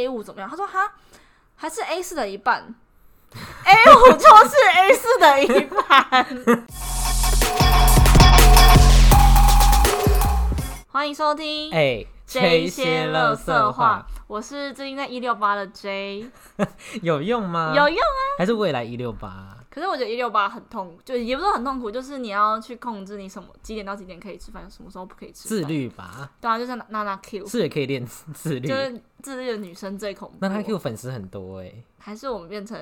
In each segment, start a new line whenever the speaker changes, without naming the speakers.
A 五怎么样？他说哈，还是 A 四的一半。A 五就是 A 四的一半。欢迎收听
哎，
J
这
一些
乐
乐色话，我是最近在一六八的 J，
有用吗？
有用啊。
还是未来一六八？
可是我觉得一六八很痛，就也不是很痛苦，就是你要去控制你什么几点到几点可以吃饭，什么时候不可以吃饭。
自，律吧，
对啊，就是娜娜 Q，
是也可以练 自自律
就。是自律的女生最恐怖。
那他 Q 粉丝很多哎，
还是我们变成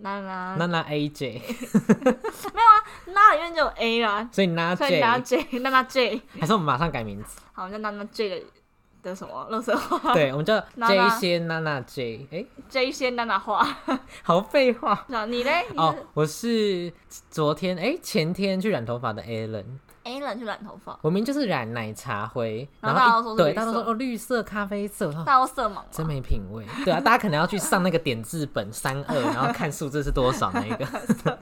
娜娜
那那 AJ，
那里面就有 A 啦，
所以那
所以娜
J，
J 娜娜 J，
还是我们马上改 名字？
好，那娜娜 J 的的什么乐色话
对，我们叫
娜
这一
娜
些那那 J。哎，
，J 先娜娜话。
好废话
那你嘞？你
哦
是！
我是昨天哎前天去染头发的 Alan，
A 人去染头发，
我明明就是染奶茶灰，
然
然
后
后一对
大家
大家
都
都
说
说哦绿色、咖啡 色，我说
大家都色盲
真
嘛，
没品味。对啊，大家可能要去上那个点字本三二，然后看数字是多少那一 个。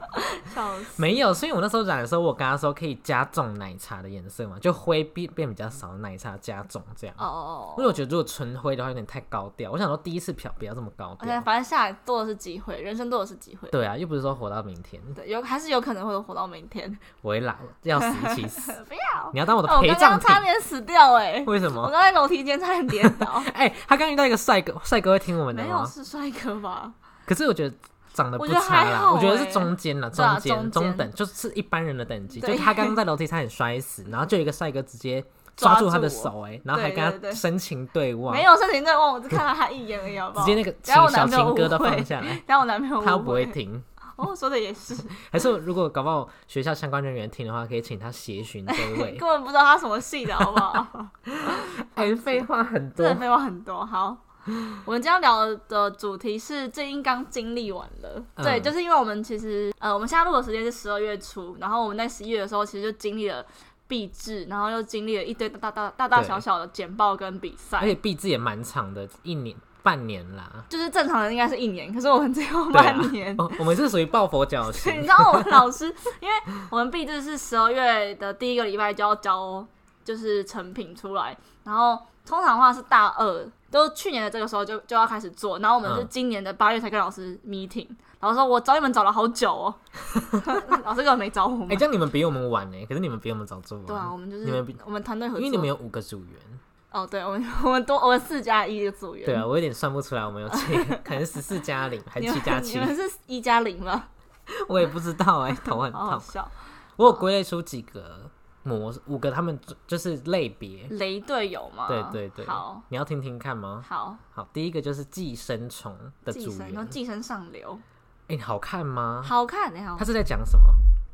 笑死。
没有，所以我那时候染的时候，我跟他说可以加重奶茶的颜色嘛，就灰变变比较少，奶茶加重这样。
哦哦
因
哦
为我觉得如果纯灰的话有点太高调，我想说第一次漂不要这么高
而且
调。
哦反正下来多的是机会，人生多的是机会。
对啊，又不是说活到明天，
对，有还是有可能会活到明天。
我会老要死一起死。
不要，
你要当我的
哦我
陪
刚
葬
刚
品？
差点死掉哎、
为什
我
么？
刚在楼梯间差点跌 倒。
哎、他刚遇到一个帅哥，帅哥会听我们的
没有
吗？
是帅哥吧？
可是我觉得长得不
我觉得
差
还
啦，
好
我觉得
欸
是中间啦，
对啊
中间、
中间
中等，就是一般人的等级。
对
就他刚刚在楼梯差点摔死，然后就有一个帅哥直接
抓
抓
住
住他的手、欸，哎，然后还
对对
跟
对
他深情对望，
没有深情对望，我只看到他一眼而已，好不
直
好？
接那个
等下我
情小
男朋友
情歌都
误会
放下来，
但我男朋友
他又
误
不会 听。
哦，说的也是，
还是如果搞不好学校相关人员听的话，可以请他协寻这位
根。本不知道他什么系的，好不 好？
哎，废话很
真的
多，
废话很多。好，我们今天要聊的主题是最近刚经历完了，
嗯
对，就是因为我们其实呃，我们现在录的时间是十二月初，然后我们在十一月的时候，其实就经历了币制，然后又经历了一堆大大大大
对哎
小小的简报跟比
而
赛。
且毕制也蛮长的，一年半年啦。
就是正常人应该是一年，可是我们只有
对啊
半年，
哦，我们是属于抱佛 脚型
你，知道我们老师，因为我们毕制是十二月的第一个礼拜就要交，就是成品出来，然后通常的话是大二，都去年的这个时候就就要开始做，然后我们是
嗯
今年的八月才跟老师 meeting，、老师说我找你们找了好久 哦，老师根本没找我们
哎，，这样你们比我们晚哎，可是你们比我们早做完。
对啊，我们就
你
是
们比
我们团 队合
因
作，
为你们有五个组员。
哦，对，我们 我们多我们四加一的组员，
对啊，我有点算不出来，我们有 几个，可能十四加零还
你
七
们
加七
你，们是一加零吗？
我也不知道哎、头很
好好
痛。
笑，
我有归类出几个模，五个他们就是类别。
雷队友吗？
对对对，
啊好，
你要听听看吗？
好，
好，第一个就是寄生虫的
寄
组
生，
员，
然后
哎、
寄生上流，
好看吗？
好看，你好
他是在讲什么？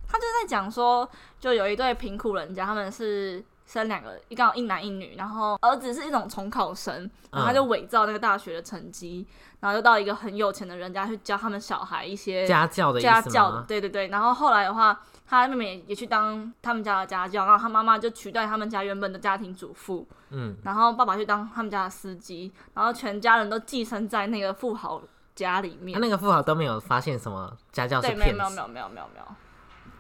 他就在讲说，就有一对贫苦人家，他们是生两个，一刚好一男一女，然后儿子是一种重考生，然后他就伪造那个大学的成绩，然后就到一个很有钱的人家去教他们小孩一些
家教的意
家
思
教的，
吗？
对对对。然后后来的话，他妹妹也去当他们家的家教，然后他妈妈就取代他们家原本的家庭主妇，
嗯，
然后爸爸去当他们家的司机，然后全家人都寄生在那个富豪家里面
他。那个富豪都没有发现什么家教是
对，没
骗
有没有
子
没，有没有没有没有，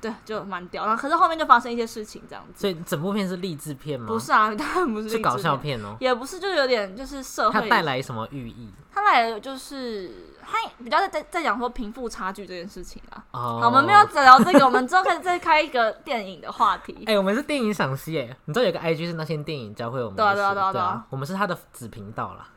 对，就蛮屌。然后可是后面就发生一些事情这样子，
所以整部片是励志片吗？
不，是啊，当然不是
是搞笑
励志，
片哦、
也不是，就有点就是社
它
会，
带来什么寓意？
他来的就是他比较在在在讲说贫富差距这件事情啊。
哦，
好，我们没有只聊这个，我们之后可以再开一个电影的话题。
哎、我们是电影赏析哎，你知道有个 IG 是那些电影教会我们
对啊
的
对啊
事
对啊对啊
我们是他的子频道啦。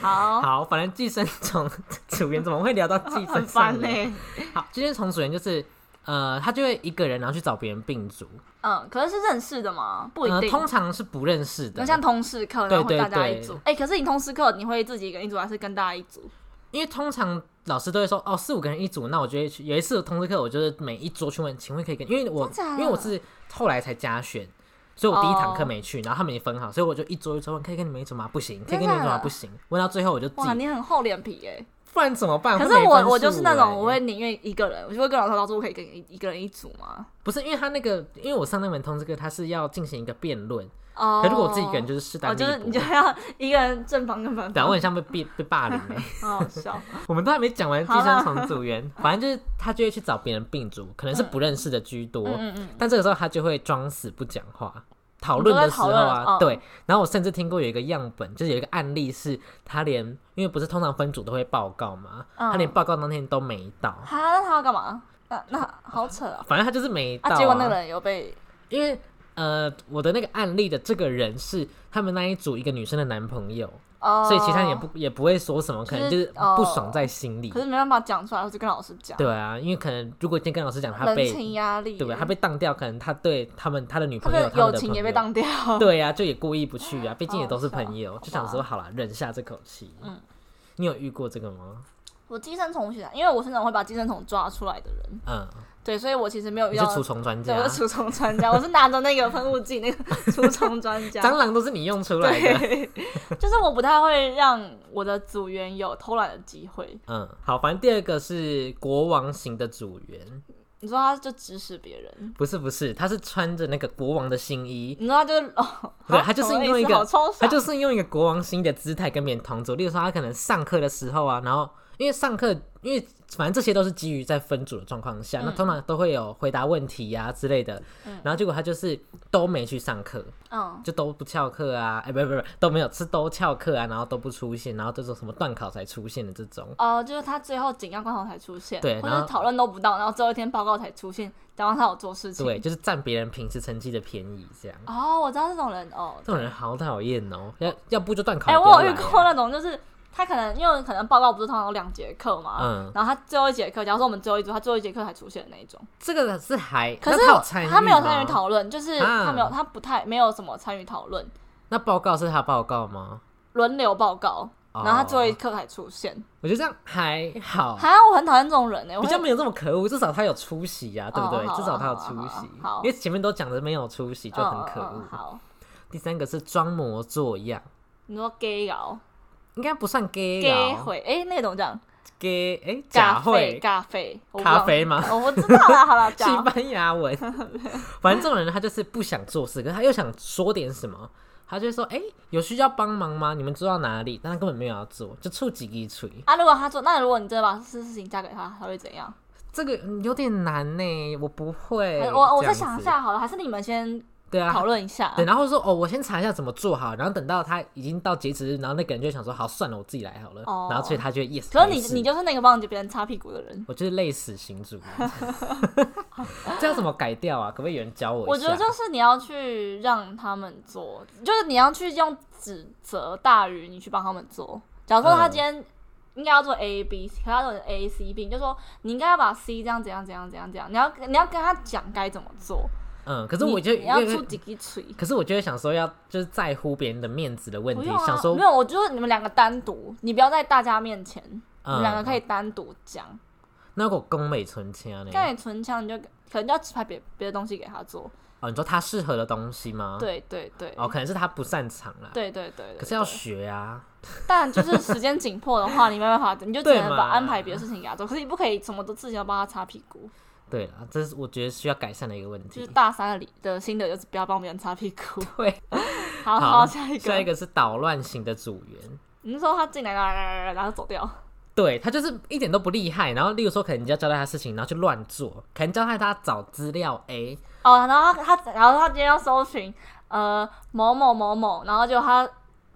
好，
好，反正寄生虫组员怎么会聊到寄
很
生
烦欸
虫
呢、
呢？好，寄生虫组员就是呃，他就会一个人然后去找别人病毒，
嗯，可是是认识的嘛，不一
呃，
定。
通常是不认识
那
的，
像通识课，然后会
对对
大家一
对
组。哎、可是你通识课，你会自己一个人一组，还是跟大家一组？
因为通常老师都会说哦，四五个人一组，那我就会去。有一次通知课，我就是每一桌去问，请问可以跟，因为我
真假的
因为我是后来才加选。所以我第一堂课
哦
没去然后他们也分好，所以我就一桌一桌问，可以跟你们一组吗？不行，可以
真
跟你们一组吗？
的
不行。问到最后我就自己
哇，你很厚脸皮哎、
不然怎么办？
可
啊会
是
没分
我
数
我就是那种，
欸
我会宁愿一个人，我就会跟老师说老师，我可以跟一一个人一组吗？
不是因为他那个，因为我上那门通知课，他是要进行一个辩论，
哦
可是如果我自己一个人就是势
哦，
单力
就是你
薄
就，要 一个人正方跟反
对啊，
方，
我很像被被被霸凌 欸
好好 笑。
我们都还没讲完寄
好啦
生虫组员，反正就是他就会去找别人病主，可能是不认识的居多，
嗯嗯嗯，
但这个时候他就会装死不讲话，讨论的时候
都在讨论
啊，
嗯
对。然后我甚至听过有一个样本，就是有一个案例是，他连因为不是通常分组都会报告嘛，
嗯
他连报告当天都没到，
哈，啊那他要干嘛？那那好扯啊！
反正他就是没到、
啊，结果那个人有被
因为呃，我的那个案例的这个人是他们那一组一个女生的男朋友，
哦，
所以其他人也不也不会说什么，可能
就哦
就是是不爽在心里。
可是没办法讲出来，我就跟老师讲，
对啊，因为可能如果今天跟老师讲他
人
被
情压力，
对吧，他被当掉，可能他对他们他的女
他
朋友
的
他
友
们的
情也
朋
被
友
当掉，哦
对呀、就也过意不去啊，毕竟也都是
好好笑
朋友，就想说好了，忍下这口气。
哦嗯，
你有遇过这个吗？
我寄生虫学长，因为我是那种会把寄生虫抓出来的人，
嗯，
对，所以我其实没有遇
你是
到。
除虫专
对，
家
我，是除虫专家，我是拿着那个喷雾剂，那个 除虫专 家。
蟑螂都是你用出来的。
对， 就是我不太会让我的组员有偷懒的机会。
嗯，好，反正第二个是国王型的组员，
你说他就指使别人，
不是不是，他是穿着那个国王的新衣，
你说他就是 哦，
对
啊
他就是
什么意思
用一个
好抽
他
象，
就是用一个国王新的姿态跟别人同组。例如说，他可能上课的时候啊，然后因为上课，因为反正这些都是基于在分组的状况
嗯
下，那通常都会有回答问题呀、之类的。然后结果他就是都没去上课，
嗯，
就都不翘课啊，哎、不不不，都没有是都翘课啊，然后都不出现，然后这种什么断考才出现的这种。
哦、就是他最后紧要关头才出现，
对
或
然
者
后
讨论都不到，然后最后一天报告才出现，假装他有做事情。
对，，就是占别人平时成绩的便宜，这样
哦，我知道这种人哦，
这种人好讨厌哦。要要不就断考，
哎、
不要
我有遇
来啊
过那种，就是他可能因为可能报告不是通常有两节课嘛，
嗯
然后他最后一节课，假如说我们最后一组，他最后一节课才出现的那一种，
这个是还，
可
那
是
他有参与
他没有参与
吗，
讨论，就是他没有
啊
他不太没有什么参与讨论，
那报告是他报告吗？
轮流报告，
哦
然后他最后一课才出现，
我觉得这样还好，
哈，我很讨厌这种人呢、我
比
会
较没有这么可恶。至少他有出席呀、对不对？
好啊
至少他有
好啊
出席，
好啊好啊
因为前面都讲的没有出席就很可恶。
嗯嗯嗯好，
第三个是装模作样，
你说 gay 佬
应该不算 gay
gay
啦
会，哎、那个怎么讲？
，gay 哎假
咖啡
会
咖啡我不知道
咖啡吗？
哦我知道 了，好了，
西
假
班牙文，反正这种人他就是不想做事，可是他又想说点什么，他就说：“哎、有需要帮忙吗？你们做到哪里？”但他根本没有要做，就触几一锤。
啊，如果他做，那如果你真的把事事情交给他，他会怎样？
这个嗯有点难呢，我不会。
还是哎我我
这
再
样子
想一，下好了，还是你们先
对啊，
讨论一下。
对，然后说哦，我先查一下怎么做好，然后等到他已经到截止日，然后那个人就想说好，算了，我自己来好了。
哦
然后所以他就 yes。
可是你
没事
你就是那个帮着别人擦屁股的人，
我就是累死 行主，这要怎么改掉啊？可不可以有人教我一
我觉得
下
就是你要去让他们做，就是你要去用指责大于你去帮他们做。假如说他今天应该要做 A B C，可他做 A C B，你就说你应该要把 C 这样怎样怎样怎样怎样，你要你要跟他讲该怎么做。
嗯，可
可
是我就
你要
因为
出几滴锤。
可是我就会想说要就是在乎别人的面子的问
不
题，
用啊，
想说
没有，我觉得你们两个单独，你不要在大家面前，你
嗯
们两个可以单独讲。
那如果宫美啊存钱呢？
看你唇枪，你就可能就要指派别别的东西给他做。
哦，你说他适合的东西吗？，
对对对，
哦，可能是他不擅长啦。，
对对对对。
可是要
对
学啊。
但就是时间紧迫的话，你没办法，你就只
对
能
嘛
把安排别的事情给他做。可是你不可以什么的事情都帮他擦屁 股。
对了，这是我觉得需要改善的一个问
就
题
是。大三的里的心得就是不要帮别人擦屁 股。
对，
好
好
下一个。
下一，个是捣乱型的组员。
你是说他进来啦，然后走掉。
对他就是一点都不厉害，然后例如说可能人家交代他事情，然后就乱做，可能交代他找资料 A，
哦，然后他他，然后他今天要搜寻呃某某某某，然后就他。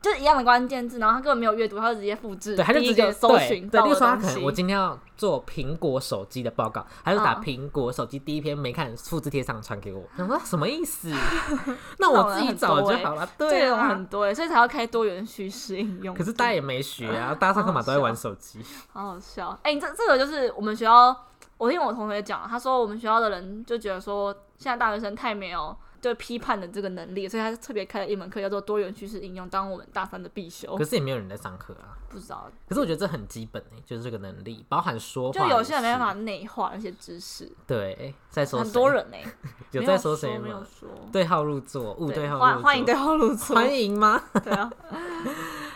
就是一样的关键字，然后他根本没有阅读，他就直接复制
对，他就
第一
直
个
接
搜寻
对，
到
对例如
的
说他
东
可能
西。
我今天要做苹果手机的报告，他就打
嗯
苹果手机第一篇没看，复制贴上传给我，想说 什么意思？那
种
我自
人
己
很
找
多
就
欸
好了，
这
对
种
啊
很。多欸所以才要开多元叙事应用。
可是大家也没学啊，大家上课嘛都在玩手机，
好好笑，哎、你这这个就是我们学校，我听我同学讲，他说我们学校的人就觉得说，现在大学生太没有就批判的这个能力，所以他特别开了一门课叫做多元叙事应用，当我们大三的必修
可。是也没有人在上课啊。
不知道，
可是我觉得这很基本诶、欸就是这个能力，包含说
就
话。
有些人没办法。内化那些知识，
对，在说
很
谁
多人哎、
有
没
在说谁
没有
吗？
说。
对号入座，勿对号入
欢
座。
欢迎对号入座。
欢迎吗？
对啊，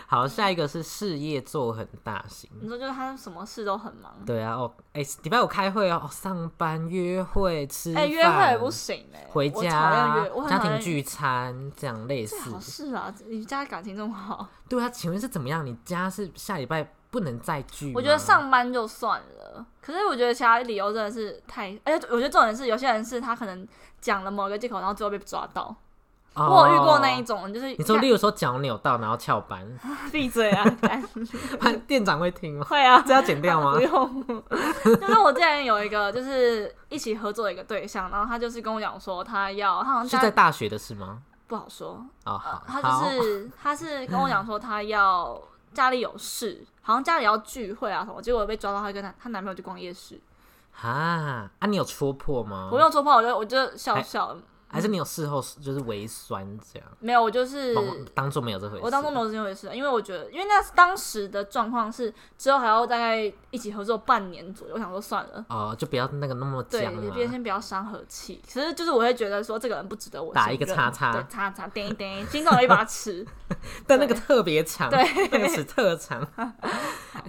好，下一个是事业做很大型。
你说就是他什么事都很忙，
对啊，哦，哎、礼拜五开会哦，哦上班、约会、吃
哎、
饭、
约会也不行哎、
回
我讨厌
家
约，我、很
家
讨厌
庭聚餐这样类
最
似
好。是啊，你家感情这么好，
对啊，请问是怎么样？你家是下礼拜不能再聚吗？
我觉得上班就算了。可是我觉得其他理由真的是太，而且我觉得重点是有些人是他可能讲了某个借口，然后最后被抓到，我有遇过那一种，就是
哦你说，例如说脚扭到然后翘 班，
闭嘴啊！ 干
班店长会听吗？
会啊，
这要剪掉吗
不？用。就是我之前有一个，就是一起合作的一个对象，然后他就是跟我讲说，他要他好
是
像
在大学的事吗？
不好说，
哦，
呃
好，，
他
好
就是他是跟我讲说他要家里有事，好像家里要聚会啊什么，结果被抓到他跟她她男朋友去逛夜市，
啊啊！你有戳破吗？
我没有做不好，我就我就
哎
笑笑，
还是你有事后就是微酸这样，
没有，我就是
当当做没有这回事。
我当中没有这回事，因为我觉得，因为那当时的状况是之后还要大概一起合作半年左右，我想说算了。
哦，就不要那个那么
对，
僵啊
也别
了。
先不要伤和气。其实就是我会觉得说，这个人不值得我
打
信
一个
任
叉叉
对，叉叉，叮一叮，心中有一把 尺。
但那个特别长，
对，
那个尺 特长。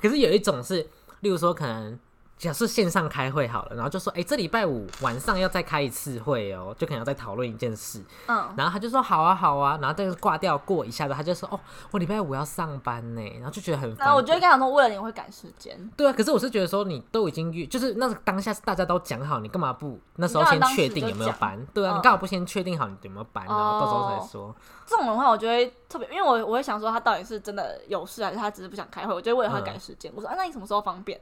可是有一种是，例如说可能。假设线上开会好了，然后就说，哎、这礼拜五晚上要再开一次会哦，就可能要再讨论一件事。
嗯，
然后他就说好啊好啊，然后但是挂掉过一下子，他就说哦，我礼拜五要上班呢，然后就觉得很烦。
那我就会跟他说，为了你我会赶时间。
对啊，可是我是觉得说你都已经约，就是那当下是大家都讲好，你干嘛不那时候
你干
先
嘛
确定有没有
当
班？对啊，
嗯哦
你干嘛不先确定好你有没有班，然后到时候才说？
这种的话，我就会特别，因为我我会想说，他到底是真的有事，还是他只是不想开会？我就会为了他赶时间。我说，啊，那你什么时候方便？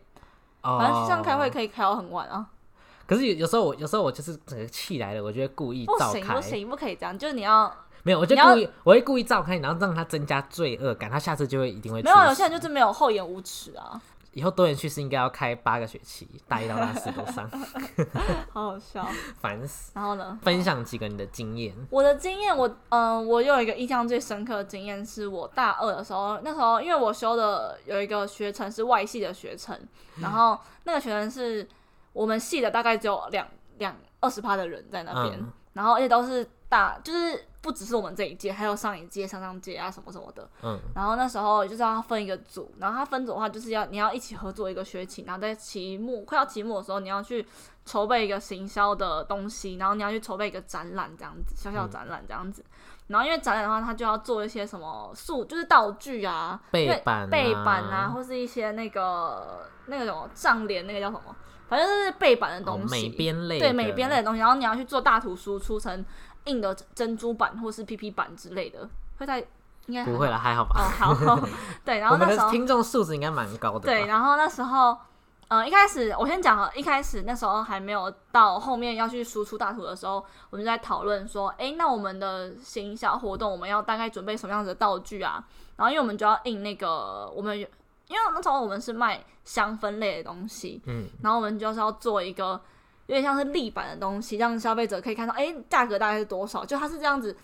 哦
反正像开会可以开到很晚啊。
可是有有时候我有时候我就是整个气来了，我就会故意
不
召
行
开
不，行，不可以这样，就是你要
没有，我就
你要
故意我会故意召开，然后让他增加罪恶感，他下次就会一定会
没有啊
出
有些人
事
就是没有厚颜无耻啊，
以后多元叙事应该要开八个学期，大一到大四都上，
好好笑。
烦死。
然后呢？
分享几个你的经验，
我的经验，我嗯、我有一个印象最深刻的经验，是我大二的时候，那时候因为我修的有一个学程是外系的学程，然后那个学程是我们系的大概只有两两二十趴的人在那边，
嗯
然后而且都是大，就是不只是我们这一届，还有上一届、上上届啊什么什么的。
嗯，
然后那时候就是要分一个组，然后他分组的话，就是要你要一起合作一个学期，然后在期末快要期末的时候，你要去筹备一个行销的东西，然后你要去筹备一个展览这样子，小小展览这样子。然后因为展览的话，他就要做一些什么
啊
数，就是道具啊，
背
因为
板啊
背板啊，或是一些那个那个什么帐帘，那个叫什么，反正就是背板的
哦，
东西。
美编类的，
对美编类的东西，然后你要去做大图输出成硬的珍珠板或是 PP 板之类的，会在应该还
不会了，还好吧？
哦， 好，对，然后
我
那
们
时
的
候，
听众素质应该蛮高的吧，
对，然后那时候，呃，一开始我先讲啊，一开始那时候还没有到后面要去输出大图的时候，我们就在讨论说，诶，那我们的行销活动我们要大概准备什么样子的道具啊？然后因为我们就要印那个我们。因为那时候我们是卖香氛类的东西，
嗯，
然后我们就是要做一个有点像是立板的东西，让消费者可以看到，诶，价格大概是多少？就它是这样子，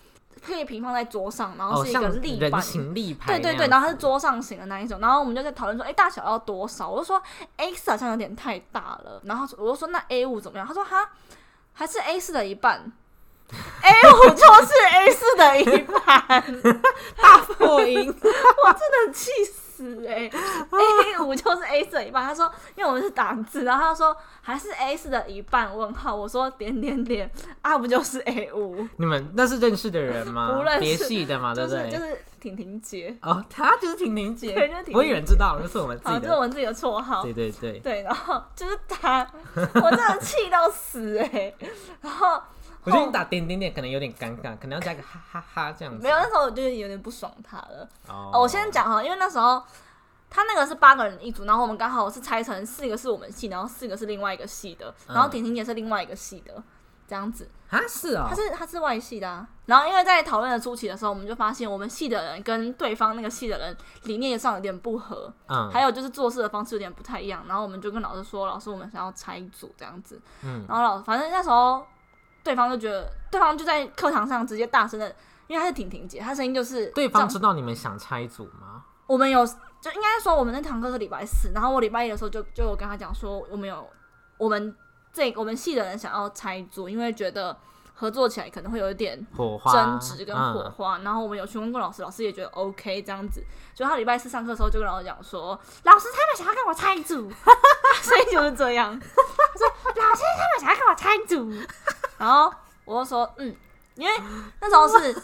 可以平放在桌上，然后
哦，
是一个
像
立板，
人形立
对
牌那
对
样子，
对，然后它是桌上型的那一种，然后我们就在讨论说，哎、大小要多少？我就说 X 好像有点太大了，然后我就说那 A 五怎么样？他说哈，还是 A 四的一半，A 五就是 A 四的一半，
破 音，
我真的气死哎、a 五就是 A 四的一半，他说因为我们是打字，然后他说还是 A 四的一半问号，我说点点点啊，不就是 A 五？
你们那是认识的人吗？
不认识
别系的啊嘛，对
就
不对？
是就是婷婷姐，
哦，他就是婷婷姐
对就是婷，婷
我以为人知道，那是我们自
好，
己
这是我哦
的，
们自己的绰号。
对对对，
对，然后就是他，我真的气到死哎、然后
我觉得你打点点点可能有点尴尬，可能要加个哈哈哈这样子。
没有，那时候我就有点不爽他了。
哦
哦，我先，讲哈，因为那时候他那个是八个人一组，然后我们刚好是拆成四个是我们系，然后四个是另外一个系的，
嗯
然后婷婷也是另外一个系的，这样子。
啊，是哦
他，是他是外系的、啊，然后因为在讨论的初期的时候，我们就发现我们系的人跟对方那个系的人理念上有点不合，
嗯，
还有就是做事的方式有点不太一样，然后我们就跟老师说，老师我们想要拆组这样子，
嗯
然后老反正那时候对方就觉得，对方就在课堂上直接大声的，因为她是婷婷姐，她声音就是
对
这
方
样
知道你们想拆组吗？
我们有就应该说我们那堂课是礼拜四，然后我礼拜一的时候就就有跟他讲说我们有我们这我们系的人想要拆组，因为觉得合作起来可能会有一点
火花
争执跟火
嗯
花，然后我们有询问过老师，老师也觉得 OK 这样子。就他礼拜四上课的时候就跟老师讲说，老师他们想要跟我拆组，所以就是这样。他说老师他们想要跟我拆组，然后我就说嗯，因为那时候 是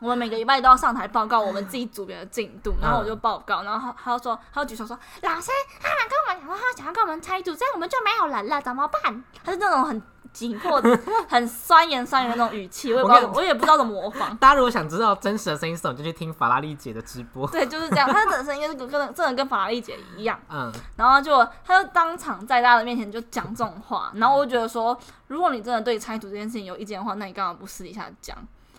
我们每个礼拜都要上台报告我们自己组别的进度，然后
嗯
我就报告，然后他他就说他就举手说老师他们跟我们讲说他想要跟我们拆组，这样我们就没有人了，怎么办？他是那种很紧迫、很酸言酸语的那种语气，我也
我
不知道
跟
怎
你
么，我也不知道怎么模仿。
大家如果想知道真实的声音是什么，就去听法拉利姐的直播。
对，就是这样。他的声音就是跟真的跟法拉利姐一样，
嗯，
然后就他就当场在大家的面前就讲这种话，然后我就觉得说，如果你真的对拆除这件事情有意见的话，那你干嘛不私底下讲？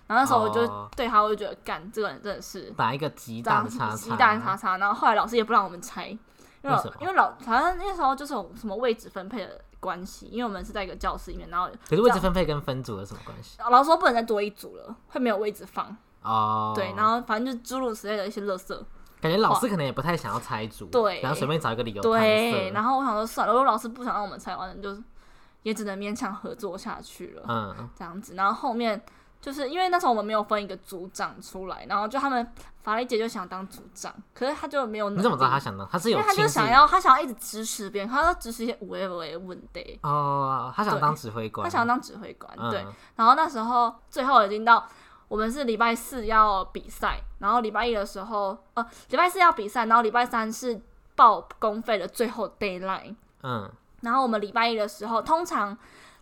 然后那时候我就
哦
对他，我就觉得干这个人真的是
打一个极
这样
大的叉
极大的叉
叉。
叉。然后后来老师也不让我们拆，因为
为
老
什么
因为老反正那时候就是有什么位置分配的关系，因为我们是在一个教室里面，然后
可是位置分配跟分组有什么关系？
老师说不能再多一组了，会没有位置放。
哦，
对，然后反正就诸如此类的一些垃圾。
感觉老师可能也不太想要拆组，
对
然后随便找一个理由
对，然
后
后我想说算了，如果老师不想让我们拆完，正就是也只能勉强合作下去了，
嗯，
这样子。然后后面就是因为那时候我们没有分一个组长出来，然后就他们法丽姐就想当组长，可是她就没有能力。
你怎么知道他想到？他是
因
有
为她
亲
就
戚
想要，她想要一直指使别人，她要指使一些无为无为问题，
哦，他想当指挥官，
她想要当指挥官。
嗯
对，然后那时候最后已经到我们是礼拜四要比赛，然后礼拜一的时候，呃，礼拜四要比赛，然后礼拜三是报公费的最后 d a y l i n e
嗯，
然后我们礼拜一的时候，通常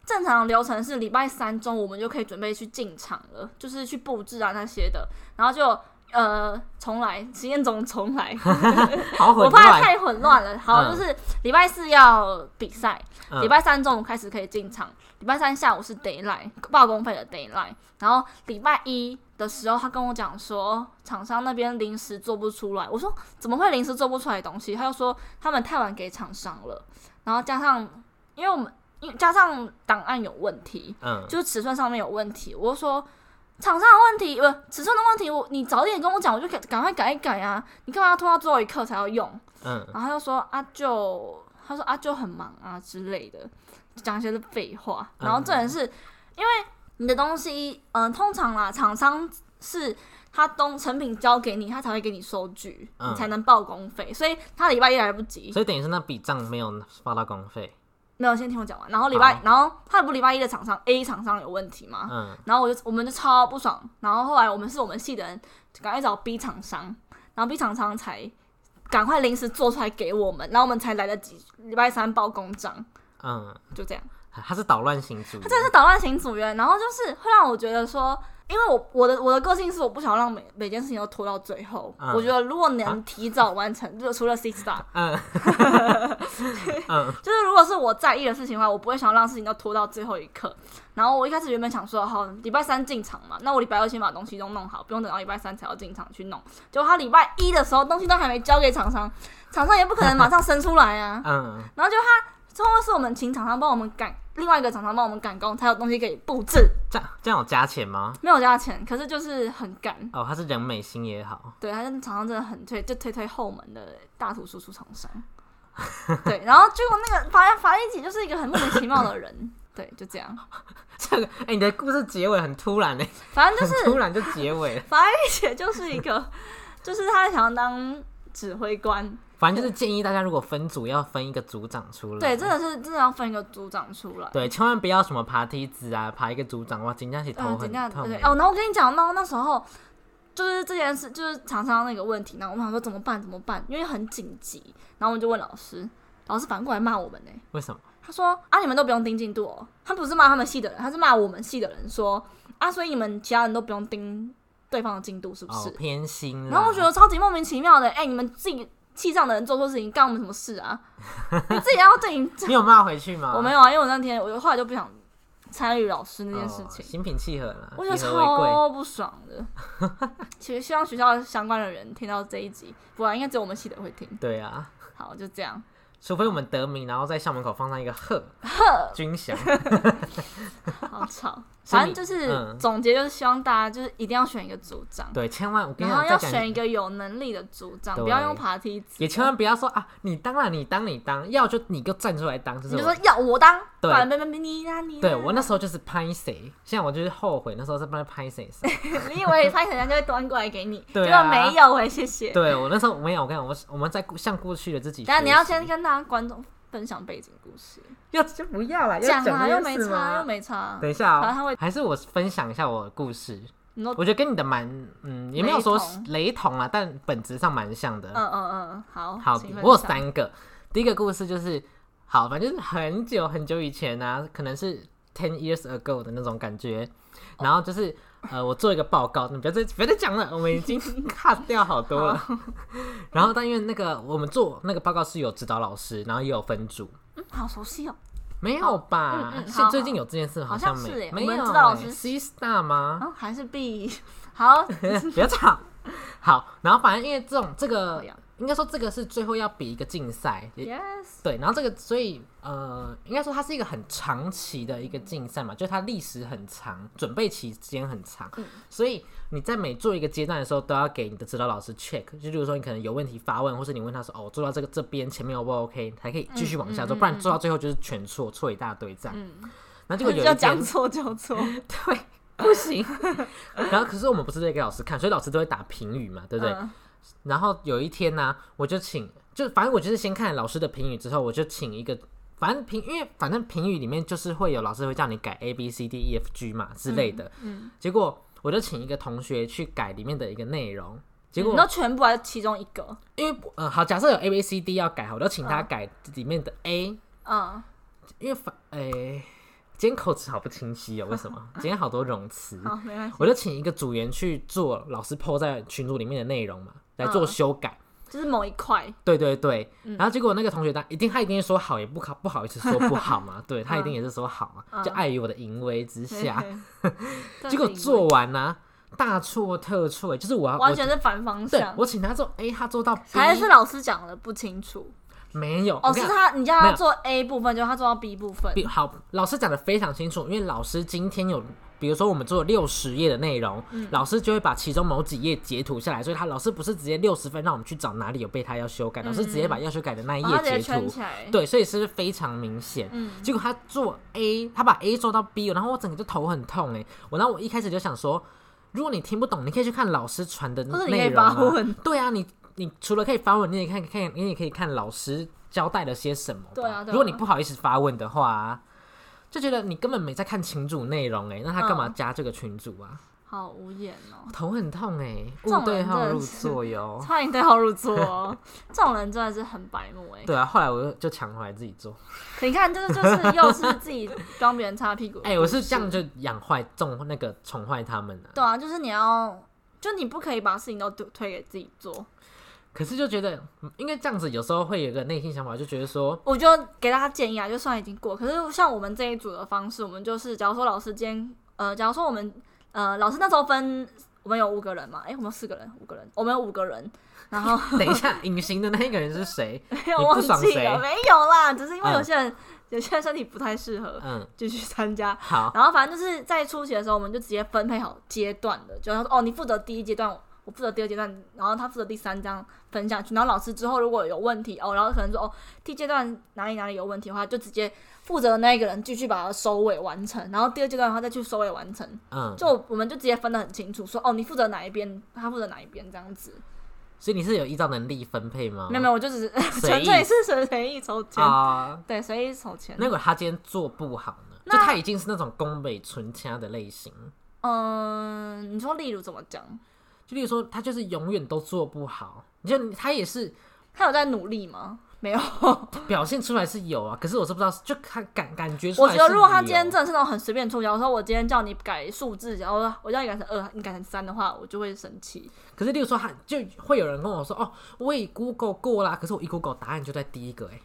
正常流程是礼拜三中午我们就可以准备去进场了，就是去布置啊那些的，然后就。呃，重来，实验中重来，
好
我
混
怕
乱。
太混乱了。好，
嗯
就是礼拜四要比赛，
嗯
礼拜三中午开始可以进场，礼拜三下午是 d a y l i g h t 报公费的 d a y l i g h t 然后礼拜一的时候，他跟我讲说，厂商那边临时做不出来。我说怎么会临时做不出来的东西？他就说他们太晚给厂商了，然后加上因为我们因为加上档案有问题，
嗯，
就是尺寸上面有问题。我就说厂商的问题，不、尺寸的问题，我你早点跟我讲，我就赶赶快改一改啊！你干嘛要拖到最后一刻才要用？
嗯，
然后他就说啊就，他说啊就很忙啊之类的，讲一些废话。
嗯
然后这人是、因为你的东西，嗯、通常啦，厂商是他东成品交给你，他才会给你收据，
嗯
你才能报工费，所以他礼拜一来不及。
所以等于是那笔账没有发到公费，
没有，先听我讲完。然后礼拜
好，
然后他不礼拜一的厂商 A 厂商有问题吗？
嗯，
然后我就我们就超不爽，然后后来我们是我们系的人，赶快找 B 厂商，然后 B 厂商才赶快临时做出来给我们，然后我们才来得及礼拜三报公章，
嗯，
就这样。
他是捣乱型主义，
这是捣乱型组员，然后就是会让我觉得说，因为我我的我的个性是我不想让每每件事情都拖到最后，
嗯
我觉得如果能提早完成，就除了 Six Star，
嗯嗯。
就是如果是我在意的事情的话，我不会想要让事情都拖到最后一刻。然后我一开始原本想说，好，礼拜三进场嘛，那我礼拜二先把东西都弄好，不用等到礼拜三才要进场去弄。结果他礼拜一的时候，东西都还没交给厂商，厂商也不可能马上生出来啊
嗯，
然后就他最后是我们请厂商帮我们赶，另外一个厂商帮我们赶工，才有东西可以布置，
这样这样有加钱吗？
没有加钱，可是就是很赶。
哦，他是人美心也好，
对，他是厂商真的很推，就推推后门的大图输出厂商。对，然后结果那个法法力姐就是一个很莫名其妙的人，对，就这样。
这个哎、你的故事结尾很突然哎、
反正就是
很 突然就结尾了，
法力姐就是一个， 就是她想要当指挥官，
反正就是建议大家如果分组要分一个组长出来，
对，真的是真的要分一个组长出来。
对，千万不要什么爬梯子啊，爬一个组长哇，紧张起头
嗯，
很
怎样？
痛
对
欸。
哦，然后我跟你讲，那那时候就是这件事，就是厂商那个问题，然后我们想说怎么办？怎么办？因为很紧急，然后我们就问老师，老师反过来骂我们呢、
为什么？
他说啊，你们都不用盯进度哦。他不是骂他们系的人，他是骂我们系的人说啊，所以你们其他人都不用盯对方的进度，是不是？
哦，偏心啦。
然后我觉得超级莫名其妙的，哎、你们自己系上的人做错事情，干我们什么事啊？ 你自己要对 你，
你有骂回去吗？哦
我没有啊，因为我那天我后来就不想参与老师那件事情
哦，心平气和啦，
我觉得
以和为贵。
超不爽 的。其实希望学校相关的人听到这一集，不然应该只有我们系的会听。
对啊，
好，就这样。
除非我们得名，然后在校门口放上一个鹤军翔。
好 吵。
所
反
以
正
你
就是
嗯
总结，就是希望大家就是一定要选一个组长，
对，千万我跟你
然后
讲，
要
在感
选一
情
个有能力的组长，
对
不要用爬梯子
也。千万不要说啊，你当然你当你当，要就你就站出来当，就
你
是
就
我
说要我当，
对
不然别别别你啦你啦。
对我那时候就是拍谁，现在我就是后悔那时候在帮拍谁。
你以为拍成人家就会端过来给你，
对
结
啊
果没有哎，谢谢。
对我那时候没有，我跟你讲，我是我们在过向过去的自己学习。
但你要先跟大家观众分享背景故事，
要就不要了，要
讲啊又
又
没差又没差
等。一下
反正
啊、
他会
还是我分享一下我的故事。
你说
我觉得跟你的蛮，嗯，也没有说
雷同
雷同啦，但本质上蛮像的。
嗯嗯嗯，好，
好
请，分
我有
享
三个。第一个故事就是，好，反正就是很久很久以前啊，可能是 ten years ago 的那种感觉。
哦
然后就是呃，我做一个报告，你不要再不要再讲了，我们已经 cut 掉好多了。 然后但因为那个我们做那个报告是有指导老师，然后也有分组，
嗯，好熟悉哦。
没有吧？
嗯嗯
是
好
最近有这件事
好
像
像是
没
耶
没
我们
有、欸
指导老师
C star 吗？
嗯，还是 B 好，
不要吵。好，然后反正因为这种这个
好呀
应该说这个是最后要比一个竞赛，也
yes，
对，然后这个所以呃，应该说它是一个很长期的一
嗯
个竞赛嘛，就是它历史很长，准备期间很长，
嗯
所以你在每做一个阶段的时候，都要给你的指导老师 check，就比如说你可能有问题发问，或是你问他说哦，我做到这个这边前面 O 不 OK，才可以继续往下
嗯
做，不然做到最后就是全错，错一大堆这样。然后结果有 一
要
天
讲错就错，
对，不行。然后可是我们不是都会给老师看，所以老师都会打评语 嘛，对不对？
嗯
然后有一天呢、我就请，就反正我就是先看老师的评语之后，我就请一个，反正评，因为反正评语里面就是会有老师会叫你改 A B C D E F G 嘛之类的。
嗯
结果我就请一个同学去改里面的一个内容，结
你
果
都全部还是其中一个？
因为呃好，假设有 A B C D 要改好，我就请他改里面的 A，、
嗯，
因为反诶、今天口齿好不清晰哦，为什 么？今天好多冗词。
好，没关系，
我就请一个组员去做老师 PO 在群组里面的内容嘛，来做
嗯
修改。
就是某一 块，
对对对，
嗯
然后结果那个同学他一定他一定说好，也不好不好意思说不 好嘛，
嗯
对他一定也是说好嘛，就碍于我的淫威之下，
嘿嘿
啊 结果做完呢、大错特错，就是我要
完
我
全是反方
对
向，
我请他做 A，他做到 B，
还是老师讲的不清楚？
没有
哦，
我跟
是
你
他，你叫
没
他
有
做 A 部分，就他做到 B 部分，
比好，老师讲的非常清楚，因为老师今天有，比如说我们做六十页的内容，
嗯
老师就会把其中某几页截图下来，所以他老师不是直接六十分让我们去找哪里有被他要修改，老师直接把要修改的那一
嗯然后他直
页
接
截
圈
图
起，来，
对，所以是非常明显。
嗯
结果他做 A，他把 A 做到 B，然后我整个就头很痛哎、我然后我一开始就想说，如果你听不懂，你可以去看老师传的
或者你可
内
以
容、啊
发，问，
对啊，你你除了可以发问，你也看看，你也可以看老师交代了些什么吧。
对啊对啊
如果你不好意思发问的话啊、就觉得你根本没在看群主内容哎、那他干嘛
嗯
加这个群主啊？
好无言哦。
头很痛哎、
这种
误对
人
号
真的
入
是
座哟。
差点对号入座哦，这种人真的是很白目哎。
对啊，后来我就就抢回来自己做。
可你看，这个就是又是自己帮别人擦屁股。
哎、我是这样就养坏、纵那个宠坏他们啊。
对啊，就是你要，就你不可以把事情都推推给自己做。
可是就觉得，嗯因为这样子有时候会有一个内心想法，就觉得说，
我就给大家建议啊，就算已经过，可是像我们这一组的方式，我们就是假如说老师今天，呃，假如说我们，呃，老师那时候分我们有五个人嘛，哎、我们有四个人，五个人，我们有五个人，然后
等一下，隐形的那一个人是谁？
没有
你不
忘
爽
记
谁
了，没有啦，只是因为
嗯
有些人、有些人身体不太适合
嗯，
继续参加，
好，
然后反正就是在初期的时候，我们就直接分配好阶段的，就他说哦，你负责第一阶段，我负责第二阶段，然后他负责第三章分下去。然后老师之后如果有问题哦，然后可能说哦，第一阶段哪里哪里有问题的话，就直接负责的那一个人继续把它收尾完成，然后第二阶段的话再去收尾完成。
嗯，
就我们就直接分得很清楚，说哦，你负责哪一边，他负责哪一边这样
嗯
子。
所以你是有依照能力分配吗？
没有没有，我就只是
随
纯
意
粹是随随意抽签，
啊、
对，随意抽签。
那如果他今天做不好呢？就
那
他已经是那种宫北纯掐的类型，
嗯，你说例如怎么讲？
就例如说他就是永远都做不好，就他也是
他有在努力吗？没有。
表现出来是有啊，可是我是不知道，就看感感觉出
我
来
觉
是哦
得如果他今天
有
真的是那种很随便出，假如说我今天叫你改数字，然后我叫你改成二，你改成三的话，我就会生气。
可是例如说他就会有人跟我说哦，我已 Google 过啦，可是我一 Google 答案就在第一个哎、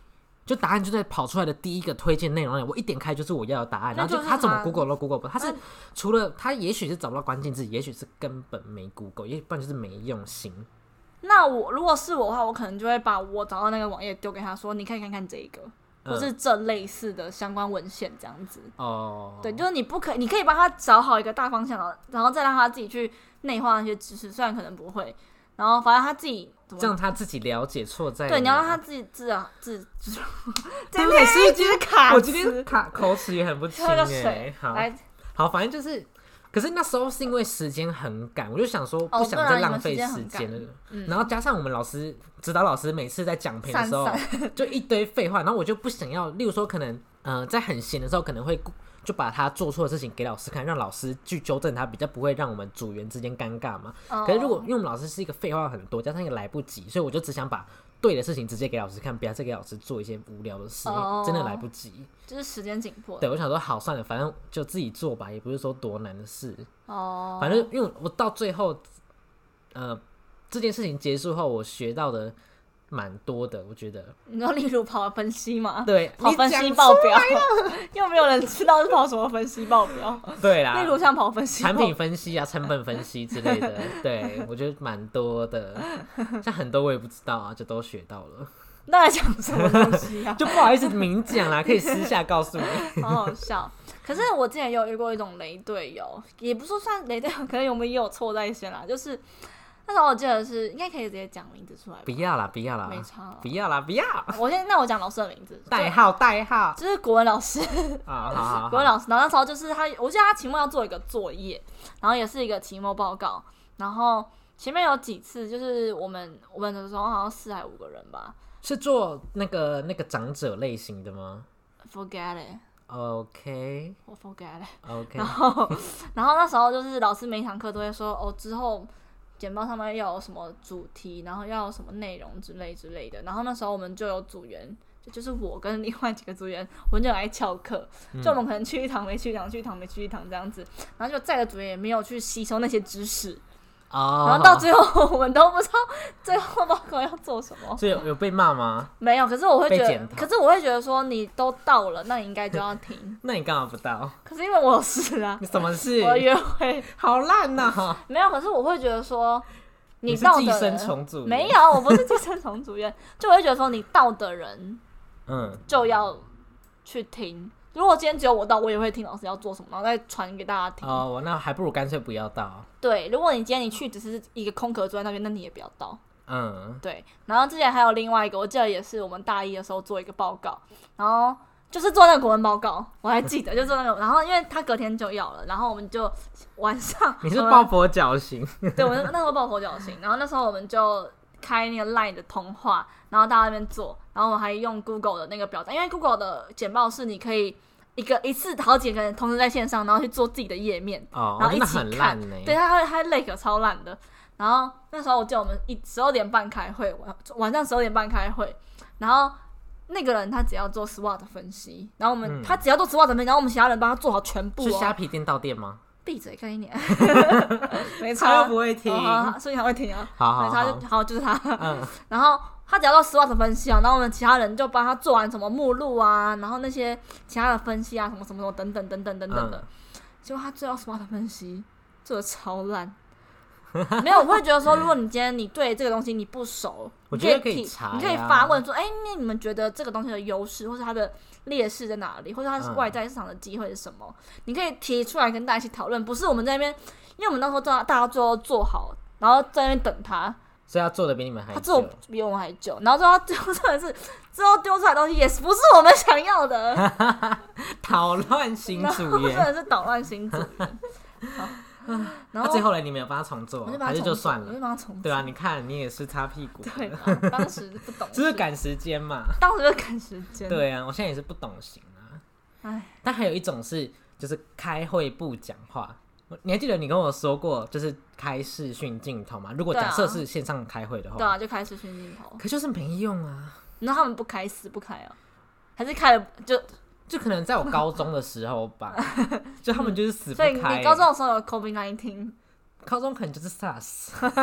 就答案就在跑出来的第一个推荐内容里，我一点开就是我要的答案，
那
然后
就啊
就是他怎么
他
Google 都 Google 不，他是除了他也许是找不到关键字，也许是根本没 Google，也不然就是没用心。
那我如果是我的话，我可能就会把我找到那个网页丢给他说，你可以看看这一个，
嗯
或是这类似的相关文献这样子。
哦，
对，就是你不可，你可以帮他找好一个大方向，然后然后再让他自己去内化那些知识，虽然可能不会，然后反正他自己怎么
这样他自己了解错在
对，你要
哪
让他自己自啊自，自
对不对？是不是今天
卡
我今
词
天卡口齿也很不清
喝个
哎
水、来
好好，反正就是，可是那时候是因为时间很赶，我就想说不
哦
想
对啊
再
你
浪
们
费
时间
时
很
间
赶嗯
了。然后加上我们老师指导老师每次在讲评的时候
散，
就一堆废话，然后我就不想要，例如说可能呃在很闲的时候可能会故。就把他做错的事情给老师看，让老师去纠正他，比较不会让我们组员之间尴尬嘛。
哦
可是如果因为我们老师是一个废话很多，加上一个来不及，所以我就只想把对的事情直接给老师看，不要再给老师做一些无聊的事，因
哦
为真的来不及。
就是时间紧迫。
对，我想说好算了，反正就自己做吧，也不是说多难的事。
哦，
反正因为我到最后，呃，这件事情结束后，我学到的蛮多的，我觉得。
你说例如跑分析嘛，
对，
跑
你
分
讲
析
出
报表， 又没有人知道是跑什么分析报表。
对啦，
例如像跑分析报
啊产品分析啊、成本分析之类 的，对我觉得蛮多的，像很多我也不知道啊，就都学到 了，
那在讲什么东西 啊？
就不好意思明讲啦，可以私下告诉你。
好好笑。可是我之前也有遇过一种雷队友，也不是说算雷队友，可能我们也有错在先啦。就是那时候我记得是应该可以直接讲名字出来吧
不，要啦，不要啦，
没差哦了
不。要啦，不要，
我先那我讲老师的名字，
代号代号啊
就就是国文老师，，
好好
国文
好，
老师。然后那时候就是他，我记得他期末要做一个作业，然后也是一个期末报告，然后。前面有几次，就是我们我们的时候好像四还五个人吧
是做那个那个长者类型的吗
，forget it，
？OK
我 forget it。
OK，
然后，然后那时候就是老师每一堂课都会说，哦，之后简报上面要有什么主题，然后要有什么内容之类之类的。然后那时候我们就有组员，就就是我跟另外几个组员，我们就来翘课，
嗯
就我们可能去一堂没去一堂，去一堂没去一堂这样子。然后就在的组员也没有去吸收那些知识，
哦，
然后到最后我们都不知道最后报告要做什么。
所以有有被骂吗？
没有，可是我会觉
被
得
检，讨
可是我会觉得说你都到了，那你应该就要 停。
那你干嘛不到？
可是因为我有事啊
你，什么事？
我约会。
好烂呐！
没有，可是我会觉得说，
是
到的
寄
人
生虫组员
没？有，我不是寄生虫主任，就我会觉得说，你到的人
嗯，
就要去听。如果今天只有我到，我也会听老师要做什么，然后再传给大家听。
哦，我那还不如干脆不要到。
对，如果你今天你去只是一个空壳坐在那边，那你也不要到。
嗯，
对，然后之前还有另外一个，我记得也是我们大一的时候做一个报告，然后就是做那个国文报告，我还记得就做那个，然后因为他隔天就要了，然后我们就晚上
你是
我们
抱佛脚型，
对，我们那时候抱佛脚型，然后那时候我们就开那个 LINE 的通话，然后大家在那边做，然后我还用 Google 的那个表单，因为 Google 的简报是你可以一个一次好几个人同时在线上，然后去做自己的页面，
哦，
然后
真
一
的
起
很
看
烂呢。
对，他他累可超烂的。然后那时候我记得我们一十二点半开会，晚晚上十二点半开会，然后那个人他只要做 SWOT 分析，然后我们、
嗯
他只要做 SWOT 分析，然后我们其他人帮他做好全部、
是虾
哦。
皮店到店吗？
闭嘴，看一 眼，没
他
差
又不会听。
哦好
好
好所以他会听啊。
好
反正他
好
就，好就是他，
嗯，
然后他只要到 SWOT 分析啊，然后我们其他人就帮他做完什么目录啊，然后那些其他的分析啊，什么什么什么等等等等等等的，
嗯
结果他最后 SWOT 分析做的超 烂。没有，我会觉得说，如果你今天你对这个东西你不熟，
我
你
觉得
可以
可以
提
查
你可以
呀
发问说，哎、那你们觉得这个东西的优势，或是它的劣势在哪里，或者它是
嗯
外在市场的机会是什么？你可以提出来跟大家一起讨论，不是我们在那边，因为我们那时候大家大家最后做好，然后在那边等他，
所以他做的比你们还
他
久
做比我们还久，然后最后最后真的是最后丢出来的东西也是不是我们想要的，
讨 论型
然后
组
真
员。
的是捣乱心组 员。好然
那
后
啊最后来你们有帮他重做
我就，把它
还是
重
就
组
算
我
了
就？把它重
对啊，
组
你看你也是擦屁股的，
对啊，当时不 懂事，
只是赶时间嘛。
当时就赶时间，，
对啊，我现在也是不懂型啊。
哎，
但还有一种是，就是开会不讲话。我你还记得你跟我说过，就是开视讯镜头嘛？如果
对啊
假设是线上开会的话，
对啊，就开视讯镜头，
可就是没用啊。
然后他们不开死不开啊，还是开了就，
就可能在我高中的时候 吧，就他们就是死不
所以
开、
你高中的时候有 COVID nineteen，
高中可能就是 SARS，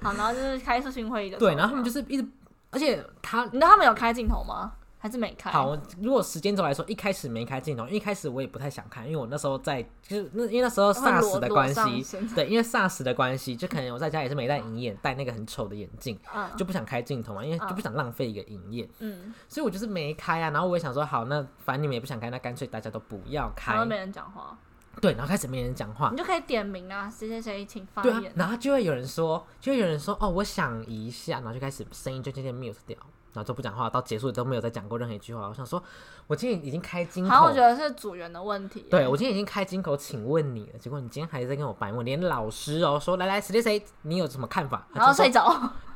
好，然后就是开视讯会议的时候，
对，然后他们就是一直，而且他
你知道他们有开镜头吗？还是没开？
好，我如果时间轴来说，一开始没开镜头，因为一开始我也不太想看，因为我那时候在就是那因为那时候
会裸
SARS 的关
裸上
系
身，
对，因为 SARS 的关系，就可能我在家也是没戴银眼，戴那个很丑的眼镜，
嗯
就不想开镜头嘛，因为
啊
就不想浪费一个银眼，
嗯，
所以我就是没开啊。然后我也想说，好，那反正你们也不想开，那干脆大家都不要
然后
开。
没人讲话。
对，然后开始没人讲话
你，就可以点名啊，谁谁谁请发
对啊
言，。
然后就会有人说，就会有人说，哦，我想一下，然后就开始声音就渐渐 mute 掉，然后都不讲话，到结束都没有再讲过任何一句话。我想说，我今天已经开金口
好像我觉得是组员的问题。欸
对，我今天已经开金口，请问你了，结果你今天还在跟我白问，连老师哦说来来谁谁谁，你有什么看法？
然后睡
谁
着，，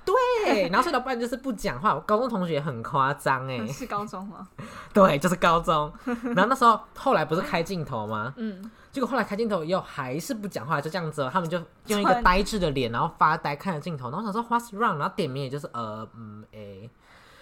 对，然后睡到半就是不讲话。我高中同学很夸张 哎
是高中吗？
对，就是高中。然后那时候后来不是开镜头吗？
嗯，
结果后来开镜头以后还是不讲话，就这样子哦、他们就用一个
蠢
呆滞的脸，然后发呆看着镜头，然后想说 What's wrong，然后点名也就是呃嗯诶、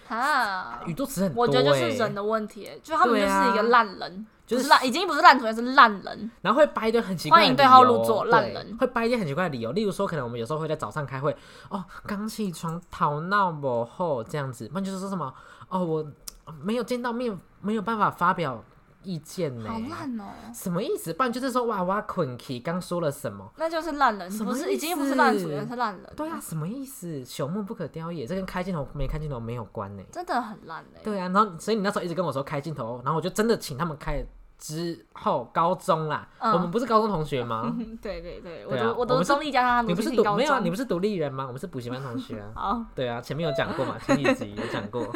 啊，
语助词很多、
我
欸，
觉得就是人的哦问题，欸就他们就
对啊
是一个烂人，
就
不
是
是烂，已经不是烂主人，是烂人。
然后会掰一堆很奇怪的理由，
欢迎对号入座烂人
对会掰一些很奇怪的理由，例如说，可能我们有时候会在早上开会，哦，刚起床吵闹某后这样子，不然就是说什么，哦，我呃没有见到面，没有办法发表意见呢，
好烂哦、
什么意思？不然就是说，哇哇捆 k 刚说了什么？
那就是烂人，
什么
不是
意
已经不是烂主人，
思
是烂人。
对啊，，什么意思？朽木不可雕也，这跟开镜头没开镜头没有关呢。
真的很烂哎、
对啊，然后所以你那时候一直跟我说开镜头，然后我就真的请他们开之后，高中啦，
嗯
我们不是高中同学吗？
对对对，我
对啊
都、
我
我都
们
是
是
中立加上他
你不是
读
独
高
没有啊？你
中。
不是独立人吗？我们是补习班同学啊。
好，
对啊，前面有讲过嘛，前几集有讲过，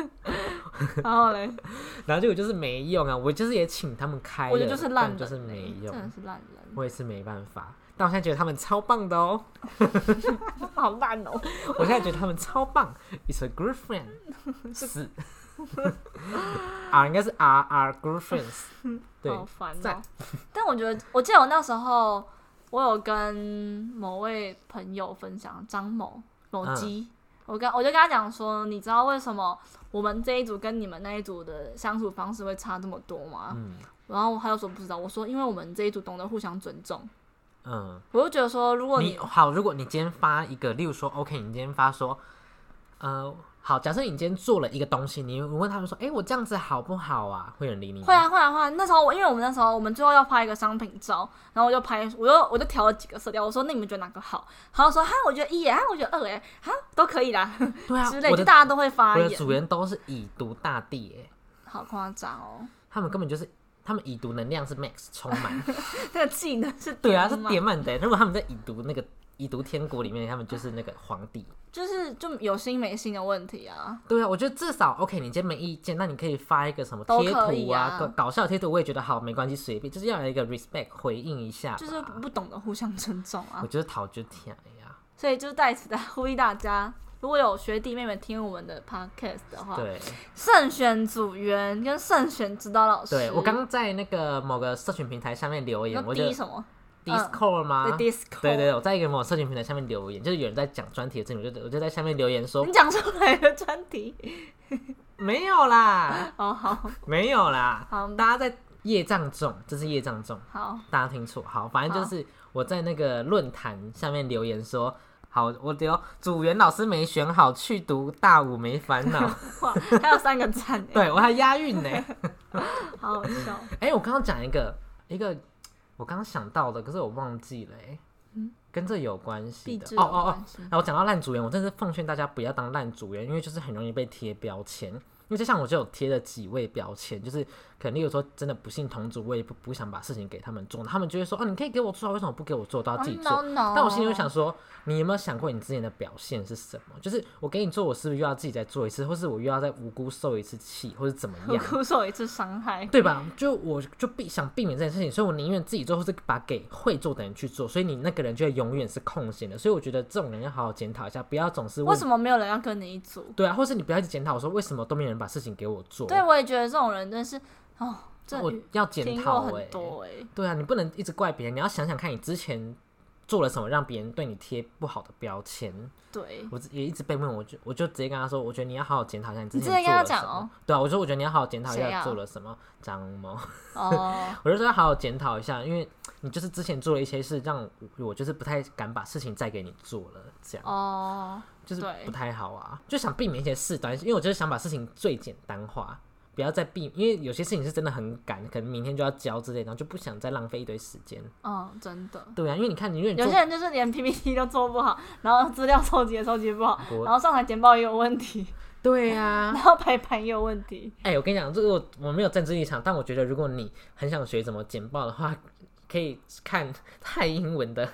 然后 嘞，
然后结果就是没用啊，我就是也请他们开了，
我觉得就是烂
但
人、欸，
就是没用
真，的是烂人，
我也是没办法。但我现在觉得他们超棒的哦，
好烂哦、
我现在觉得他们超棒，It's a good friend，是啊，应该是 R R good friends，对
好，烦哦、
赞
但我觉得，我记得我那时候，我有跟某位朋友分享张某某
嗯
鸡，我跟我就跟他讲说，你知道为什么我们这一组跟你们那一组的相处方式会差这么多吗？
嗯
然后他就说不知道，我说因为我们这一组懂得互相尊重，
嗯，
我就觉得说，如果
你好，如果你今天发一个，例如说，OK，你今天发说，呃，好，假设你今天做了一个东西，你你问他们说，哎、我这样子好不好啊？会有人理你吗？
会啊会啊会啊！那时候我因为我们那时候我们最后要拍一个商品照，然后我就拍，我就我就调了几个色调，我说那你们觉得哪个好？然后说哈，我觉得一耶，哈，我觉得二耶，哈，都可以啦
对啊，
之类，
我
就
的
大家都会发
我的
言，
组员都是已读大帝、耶，
好夸张哦！
他们根本就是。他们已读能量是 max 充满，
这个技能是
对啊，是
点吗
点满的耶。如果他们在已读那个已读天国里面，他们就是那个皇帝。
就是就有心没心的问题啊。
对啊，我觉得至少 OK，你今天没意见，那你可以发一个什么
都
贴
可以
图啊，
啊
搞搞笑贴图，我也觉得好，没关系，随便，就是要有一个 respect 回应一下吧。
就是不懂得互相尊重啊
我，觉得讨就甜呀。
所以就是在此的呼吁大家，如果有学弟妹妹听我们的 podcast 的话，
对，
慎选组员跟慎选指导老师。
对我刚刚在那个某个社群平台下面留
你说
言，我就
第一什么？嗯
Discord 吗？
对 Discord，
对对对，我在一个某社群平台下面留言，就是有人在讲专题的事情，我就我就在下面留言说
你讲出来的专题
没 有啦，
哦，好
没有啦，
好
大家在业障重，这是业障重，
好，
大家听错。好，反正就是我在那个论坛下面留言说。好，我留组员老师没选好，去读大五没烦 恼。
哇，还有三个赞哎，
对我还押韵呢。
好好笑。
哎、我刚刚讲一个一个，我刚刚想到的，可是我忘记了、欸，跟这有关
嗯
系
壁
的
纸。
哦
有
哦哦
关，系
然后讲到烂组员，我真的是奉劝大家不要当烂组员，因为就是很容易被贴标签。因为就像我就有贴了几位标签，就是可能例如说真的不信同组，我也不不想把事情给他们做，他们就会说哦，你可以给我做啊，为什么不给我做，都要自己做。
哦 no，no
但我心里就想说，你有没有想过你之前的表现是什么？就是我给你做，我是不是又要自己再做一次，或是我又要再无辜受一次气，或是怎么
我
样？
哭受一次伤害，
对吧？就我就避想避免这件事情，所以我宁愿自己做，或是把给会做的人去做，所以你那个人就会永远是空闲的。所以我觉得这种人要好好检讨一下，不要总是
为
问
什么没有人要跟你一组？
对啊，或是你不要一直检讨说为什么都没有人把事情给我做。
对，我也觉得这种人真是哦，这
我要检
听过
讨哎
很、多哎、
对啊，你不能一直怪别人，你要想想看你之前做了什么让别人对你贴不好的标签。
对，
我也一直被问，我就我就直接跟他说，我觉得你要好好检讨一下你之
你
前
直接跟
做
他
了
讲
什么。
哦
对啊，我说我觉得你要好好检讨一
谁啊
下做了什么，张某。
哦，
我就说要好好检讨一下，因为你就是之前做了一些事，让我我就是不太敢把事情再给你做了，这样
哦，
就是
对
不太好啊。就想避免一些事端，因为我就是想把事情最简单化，不要再避，因为有些事情是真的很赶，可能明天就要交之类的，然后就不想再浪费一堆时间。
嗯，真的。
对啊，因为你看，你因为你
有
做
些人就是连 PPT 都做不好，然后资料收集也收集不好，
我
然后上台简报也有问题，
对啊
然，后排版也有问题。
哎、我跟你讲，这个我我没有政治立场，但我觉得如果你很想学怎么简报的话，可以看 蔡英文的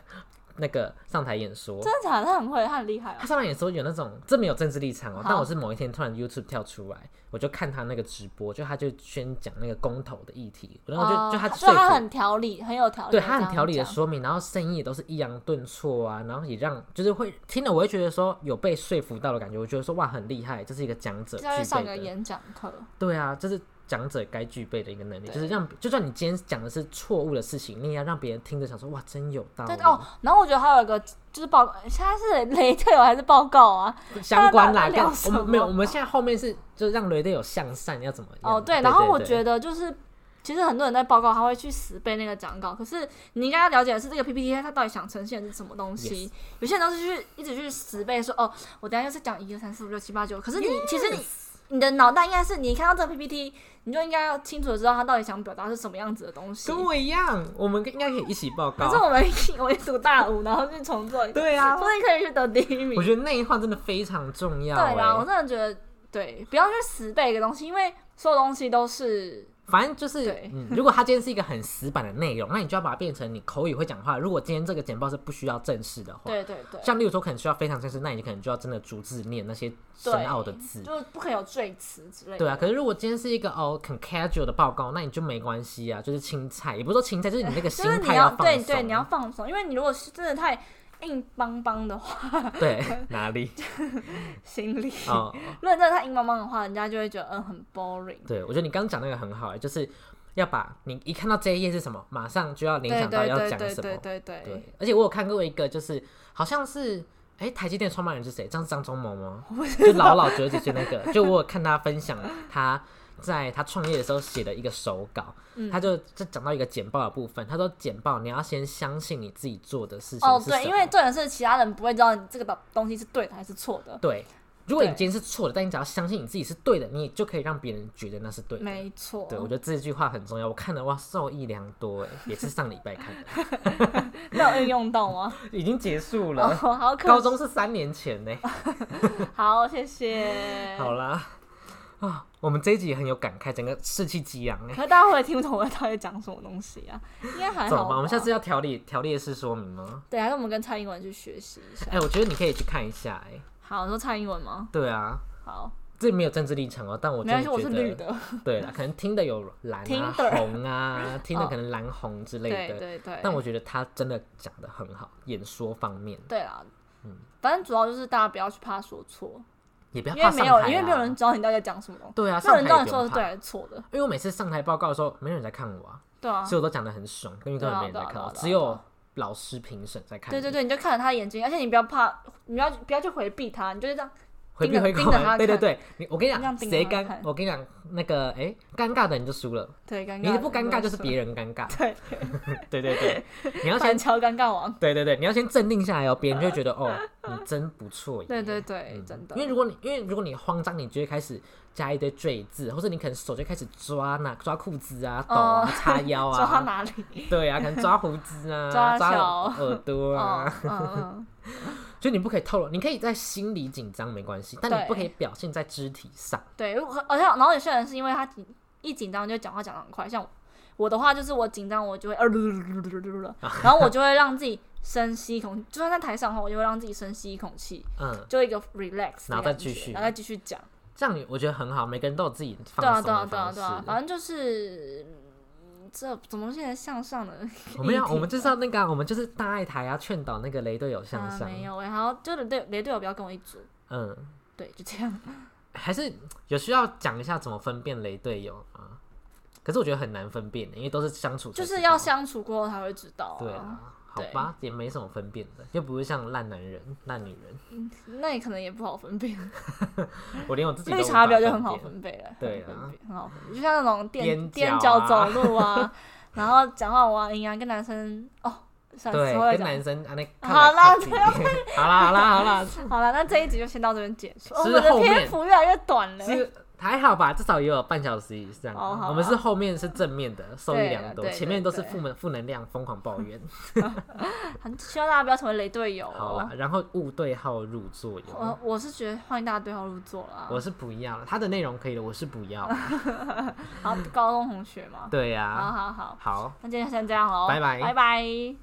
那个上台演说。
真的假的？他很会，他很厉害哦
他。上来也说有那种，这没有政治立场哦、
好
但我是某一天突然 YouTube 跳出来，我就看他那个直播，就他就宣讲那个公投的议题，然后就、
哦
就他
所以他
说服，
很哦条理，很有条理。
对他很条理的
说。
说明，然后声音也都是抑扬顿挫啊，然后也让就是会听了我会觉得说有被说服到的感觉，我觉得说哇很厉害，这是一个讲者具
要去上
备
个
的，
演讲课，
对啊，就是讲者该具备的一个能力，
对
就是让就算你今天讲的是错误的事情，你也要让别人听着想说哇，真有道
对
理，
哦，然后我觉得还有一个就是报，现在是雷队友还是报告啊？
相关
那那
啦。跟
聊
我
什么
们没有，我们现在后面是就让雷队有向善，要怎么样？
哦，对，然后我
对
觉得就是。其实很多人在报告，他会去死背那个讲稿。可是你应该要了解的是，这个 PPT 它到底想呈现的是什么东西。有些人都是去一直去死背说，哦，我等一下就是讲一二三四五六七八九。可是你其实你你的脑袋应该是，你看到这个 PPT，你就应该要清楚的知道他到底想表达是什么样子的东西。
跟我一样，我们应该可以一起报
可
告
是。我们我也读大五，然后去重做一次，
对啊，
所以可以去得第一名
我。觉得那一话真的非常重要、
对啊啦，我
欸。
真的觉得对，不要去死背一个东西，因为所有东西都是
反正就是
对，
嗯，如果它今天是一个很死板的内容，那你就要把它变成你口语会讲话。如果今天这个简报是不需要正式的话，
对对对，
像例如说可能需要非常正式，那你可能就要真的逐字念那些深奥的字。
就是不可以有赘词之类的。
对啊，可是如果今天是一个哦很 casual 的报告，那你就没关系啊，就是青菜，也不是说青菜，就是你那个心
就是你
态
要
放松。
对对，你要放松，因为你如果是真的太硬邦邦的话，
对 哪里？
心里、
哦，
如果真的太硬邦邦的话，人家就会觉得嗯很 boring。
对，我觉得你刚刚讲那个很好、欸，就是要把你一看到这一页是什么，马上就要联
对
想到
对
要
对
讲
对
什
对
么。
对对，
对，而且我有看过一个，就是好像是哎、台积电创办人是谁？张张忠谋吗？就老老九十几岁那个，就我有看他分享他。在他创业的时候写的一个手稿，
嗯
他就就讲到一个简报的部分。他说简报你要先相信你自己做的事情
哦
是什么
对，因为重点是其他人不会知道你这个东西是对的还是错的。
对，如果你
对
今天是错的，但你只要相信你自己是对的，你就可以让别人觉得那是对的。
没错，
对，我觉得这句话很重要。我看了哇，受益良多哎，也是上礼拜看 的，
那有运用到吗？
已经结束
哦，
了。
好可
高中是三年前呢。
好，谢谢。
好啦，啊，我们这一集也很有感慨，整个士气激昂哎。
可是大家会不会听不懂我到底讲什么东西啊？应该还
怎
好
么办？我们下次
吧
要条列条列式说明吗？
对，还是我们跟蔡英文去学习一下
哎、。我觉得你可以去看一下哎、
好，你说蔡英文吗？
对啊，
好，
这没有政治立场哦，但我
没
真
关系，
的觉
我是绿
得，
的。
对啦，可能听的有蓝
听
啊、
的
红啊，听的
哦
可能蓝红之类 的。
对对对。
但我觉得他真的讲的很好，演说方面
对啦，反正主要就是大家不要去怕说错，
也不要
因
嗯怕
为
上
没
台、
有
啊，，
因为没有人知道你到底在讲什么东西，
对啊，
没有
上
人
台
知道
也
你
不
说
用
的对
怕。
还是错的。
因为我每次上台报告的时候，没有人在看我啊，
对啊
所以，我都讲的很爽，因为
对
根本
啊
没人在看
对啊
我，
对啊
只有老师评审在看。
对对，对，你就看着他的眼睛，而且你不要怕，你不要不要去回避他，你就这样。
回避
盯着
回避
盯着他
对对
看
对，你我跟
这
你
样
讲，
盯着
谁
他
尴
看？
我跟你讲，那个哎，尴尬的你就输了，
对，尴尬。
你不尴尬就是
人。
别人尴尬。
对，
对对对，你要
反
先
敲尴尬王。
对对对，你要先镇定下来哦，别人就会觉得哦，你真不错耶。
对对对，
嗯
真的。
因为如果你因为如果你慌张，你就会开始加一堆赘字，或者你可能手就开始抓哪抓裤子啊、抖啊、
哦
叉腰啊，
抓他哪里？
对啊，可能抓胡子 啊、
抓
抓
小
耳 朵
哦
啊，，
嗯嗯，
就你不可以透露，你可以在心里紧张没关系，但你
对
不可以表现在肢体上。
对，如果而且然后有些人是因为他紧一紧张就讲话讲得很快，像我我的话就是我紧张我就 会呃噜噜噜噜噜噜噜了，然后我就会让自己深吸一口，就算在台上的话，我就会让自己深吸一口气，
嗯，
就一个 relax，
然后
的
再
感觉
继续
然后再继续讲。
这样我觉得很好，每个人都有自己放
对啊，
松
对啊，
的
对啊，
方式
对。啊，反正就是。嗯这怎么现在向上呢？
嗯我们要，
议题哦
我们就是要那个啊，我们就是大爱台啊，劝导那个雷队友向
啊，
上。
没有哎、然后就是雷雷队友不要跟我一组，
嗯，
对，就这样。
还是有需要讲一下怎么分辨雷队友啊？可是我觉得很难分辨，因为都是相处才
就
知道，
是要相处过后才会知道、
对
啊，
啊，好吧，也没什么分辨的，又不是像烂男人、烂女人，
那也可能也不好分辨。
我连我自己都
绿
无
茶
法
婊就很好
辨
分贝了，
对啊
很好分辨很好分辨，就像那种踮
踮脚啊
踮脚走路啊， 然后讲话娃音啊，跟男生哦，算了，之后再
对，跟
讲。
男生啊那
好啦
靠来靠去 好啦好啦好啦，
好了，那这一集就先到这边结束，哦我
是
们的
后面
篇幅越来越短了。
是还好吧，至少也有半小时以上
哦
啊。
好
我们
啊
是后面是正面的，受益
对
良
啊
多，
对
前
对
面都是
对
负能负能量，疯狂抱怨。
很希望大家不要成为雷队友
好啦
哦。，
然后误对号入座有
我。我是觉得欢迎大家对号入座啦。
我是不要了，他的内容可以了，我是不
哦
要了。
好，高中同学嘛。
对
好
呀，
好好，
好。
那今天先这样喽，
拜拜
拜拜。